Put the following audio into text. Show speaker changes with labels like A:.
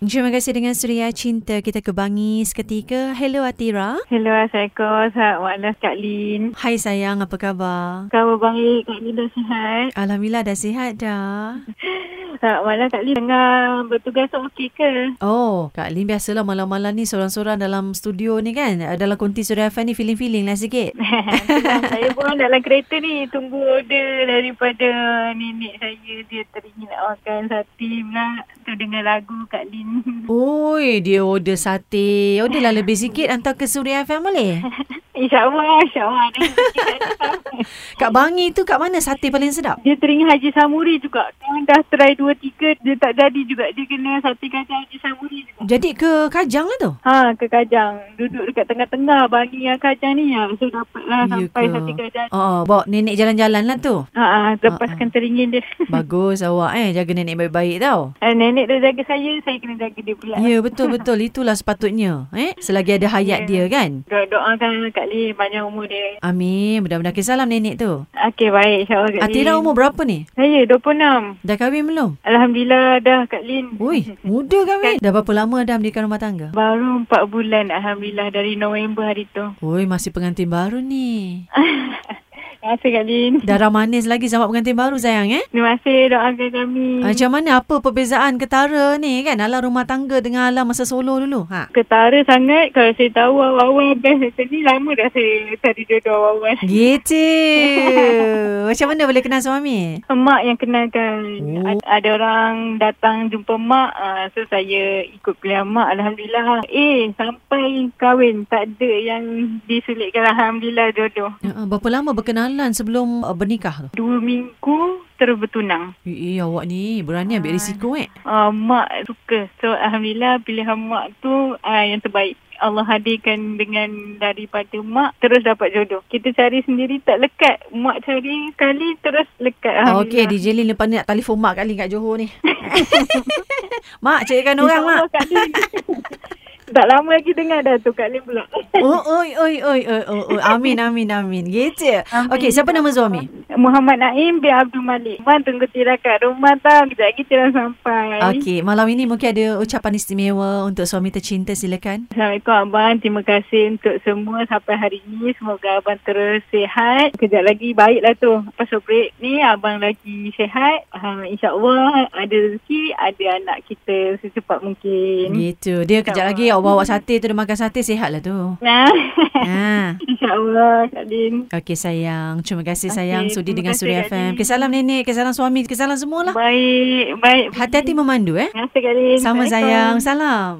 A: Terima kasih dengan Suria Cinta. Kita ke Bangi seketika. Hello Atira.
B: Hello, Assalamualaikum. Sahabat Wa'alas Kak Lin.
A: Hai sayang, apa khabar?
B: Khabar baik. Kak Lin dah sihat.
A: Alhamdulillah dah sihat dah.
B: Sahabat Wa'alas Kak Lin tengah bertugas okey ke?
A: Oh, Kak Lin biasalah malam-malam ni seorang-seorang dalam studio ni kan. Eh, Dalam konti Suria FM ni feeling-feeling lah sikit.
B: Itulah, saya pun dalam kereta ni tunggu order daripada nenek saya. Dia teringin nak makan sate pula. Tu dengar lagu Kak Lin.
A: Oi, dia order sate. Orderlah lebih sikit hantar ke Suria FM boleh?
B: InsyaAllah, insyaAllah. Ada rezeki kat depan.
A: Kat Bangi tu kat mana sate paling sedap?
B: Dia teringin Haji Samuri juga. Dia dah try 2-3 dia tak jadi juga. Dia kena sate kacang Haji Samuri juga.
A: Jadi ke Kajang lah tu?
B: Ha, ke Kajang. Duduk dekat tengah-tengah bagi yang Kajang ni. Ya. So, dapatlah
A: Ya
B: sampai
A: ke?
B: satu Kajang.
A: Oh, bawa nenek jalan-jalan lah tu.
B: Ha, ha, lepaskan teringin dia.
A: Bagus awak eh, jaga nenek baik-baik tau.
B: Ha, nenek dia jaga saya, saya kena jaga dia pula.
A: Ya, betul-betul. Itulah sepatutnya. Eh? Selagi ada
B: Ya.
A: hayat dia kan?
B: Do- doakan Kak Lee panjang umur dia.
A: Amin. Mudah-mudahan kasih salam nenek tu.
B: Okey, baik. InsyaAllah Kak Lee.
A: Atira umur berapa ni?
B: Saya 26.
A: Dah kahwin belum?
B: Alhamdulillah dah Kak Lin.
A: Ui, muda kahwin.
B: Kan.
A: Dah berapa lama dah mendirikan rumah tangga?
B: Baru 4 bulan Alhamdulillah dari November hari tu.
A: Ui, masih pengantin baru ni.
B: Terima kasih Kak Lin.
A: Darah manis lagi sama pengantin baru sayang eh?
B: Terima kasih doakan kami.
A: Macam mana apa perbezaan ketara ni kan? Alam rumah tangga dengan alam masa solo dulu. Ha.
B: Ketara sangat kalau saya tahu awal-awal best macam ni lama dah saya cari jodoh awal-awal.
A: Gitu. Macam mana boleh kenal suami?
B: Mak yang kenalkan.
A: Oh.
B: Ad- Ada orang datang jumpa mak. ah, so saya ikut pilihan mak. Alhamdulillah. Eh sampai kahwin. Tak ada yang disulitkan. Alhamdulillah jodoh.
A: Ya, ah, Berapa lama berkenalan sebelum uh, bernikah tu?
B: Dua minggu terus bertunang.
A: Eh, eh awak ni berani ambil risiko eh.
B: Ah, mak suka. So Alhamdulillah pilihan mak tu ah, yang terbaik. Allah hadirkan dengan daripada mak terus dapat jodoh. Kita cari sendiri tak lekat. Mak cari kali terus lekat.
A: Ah, Okey,
B: Alhamdulillah.
A: DJ Lin lepas ni nak telefon Mak Kak Lin kat Johor ni. mak, carikan orang, Mak.
B: InsyaAllah, Kak Lin. tak lama lagi dengar dah tu Kak Lin pula.
A: Oh, oi, oi, oi, oi, oi, oi. Amin, amin, amin. Gitu. Okey, siapa nama suami?
B: Muhammad Naim bin Abdul Malik. Mak tunggu tira kat rumah tau. Kejap lagi tira sampai.
A: Okey, malam ini mungkin ada ucapan istimewa untuk suami tercinta, silakan.
B: Assalamualaikum Abang. Terima kasih untuk semua sampai hari ini. Semoga Abang terus sihat. Kejap lagi baiklah tu. Pasal break ni Abang lagi sihat. Ha, InsyaAllah ada rezeki, ada anak kita secepat mungkin.
A: Gitu. Dia kejap lagi awak bawa sate tu, dia makan sate, sihatlah tu.
B: Nah,
A: Ha.
B: InsyaAllah Kak Din.
A: Okey sayang, terima kasih
B: Okey,
A: sayang sudi dengan
B: terima kasih,
A: Suria
B: Kak
A: FM.
B: Din.
A: Kesalam nenek, kesalam suami, kesalam semualah.
B: Baik, baik.
A: lah. Hati-hati memandu eh.
B: Terima kasih Kak Din.
A: Sama
B: Assalamualaikum.
A: sayang, salam.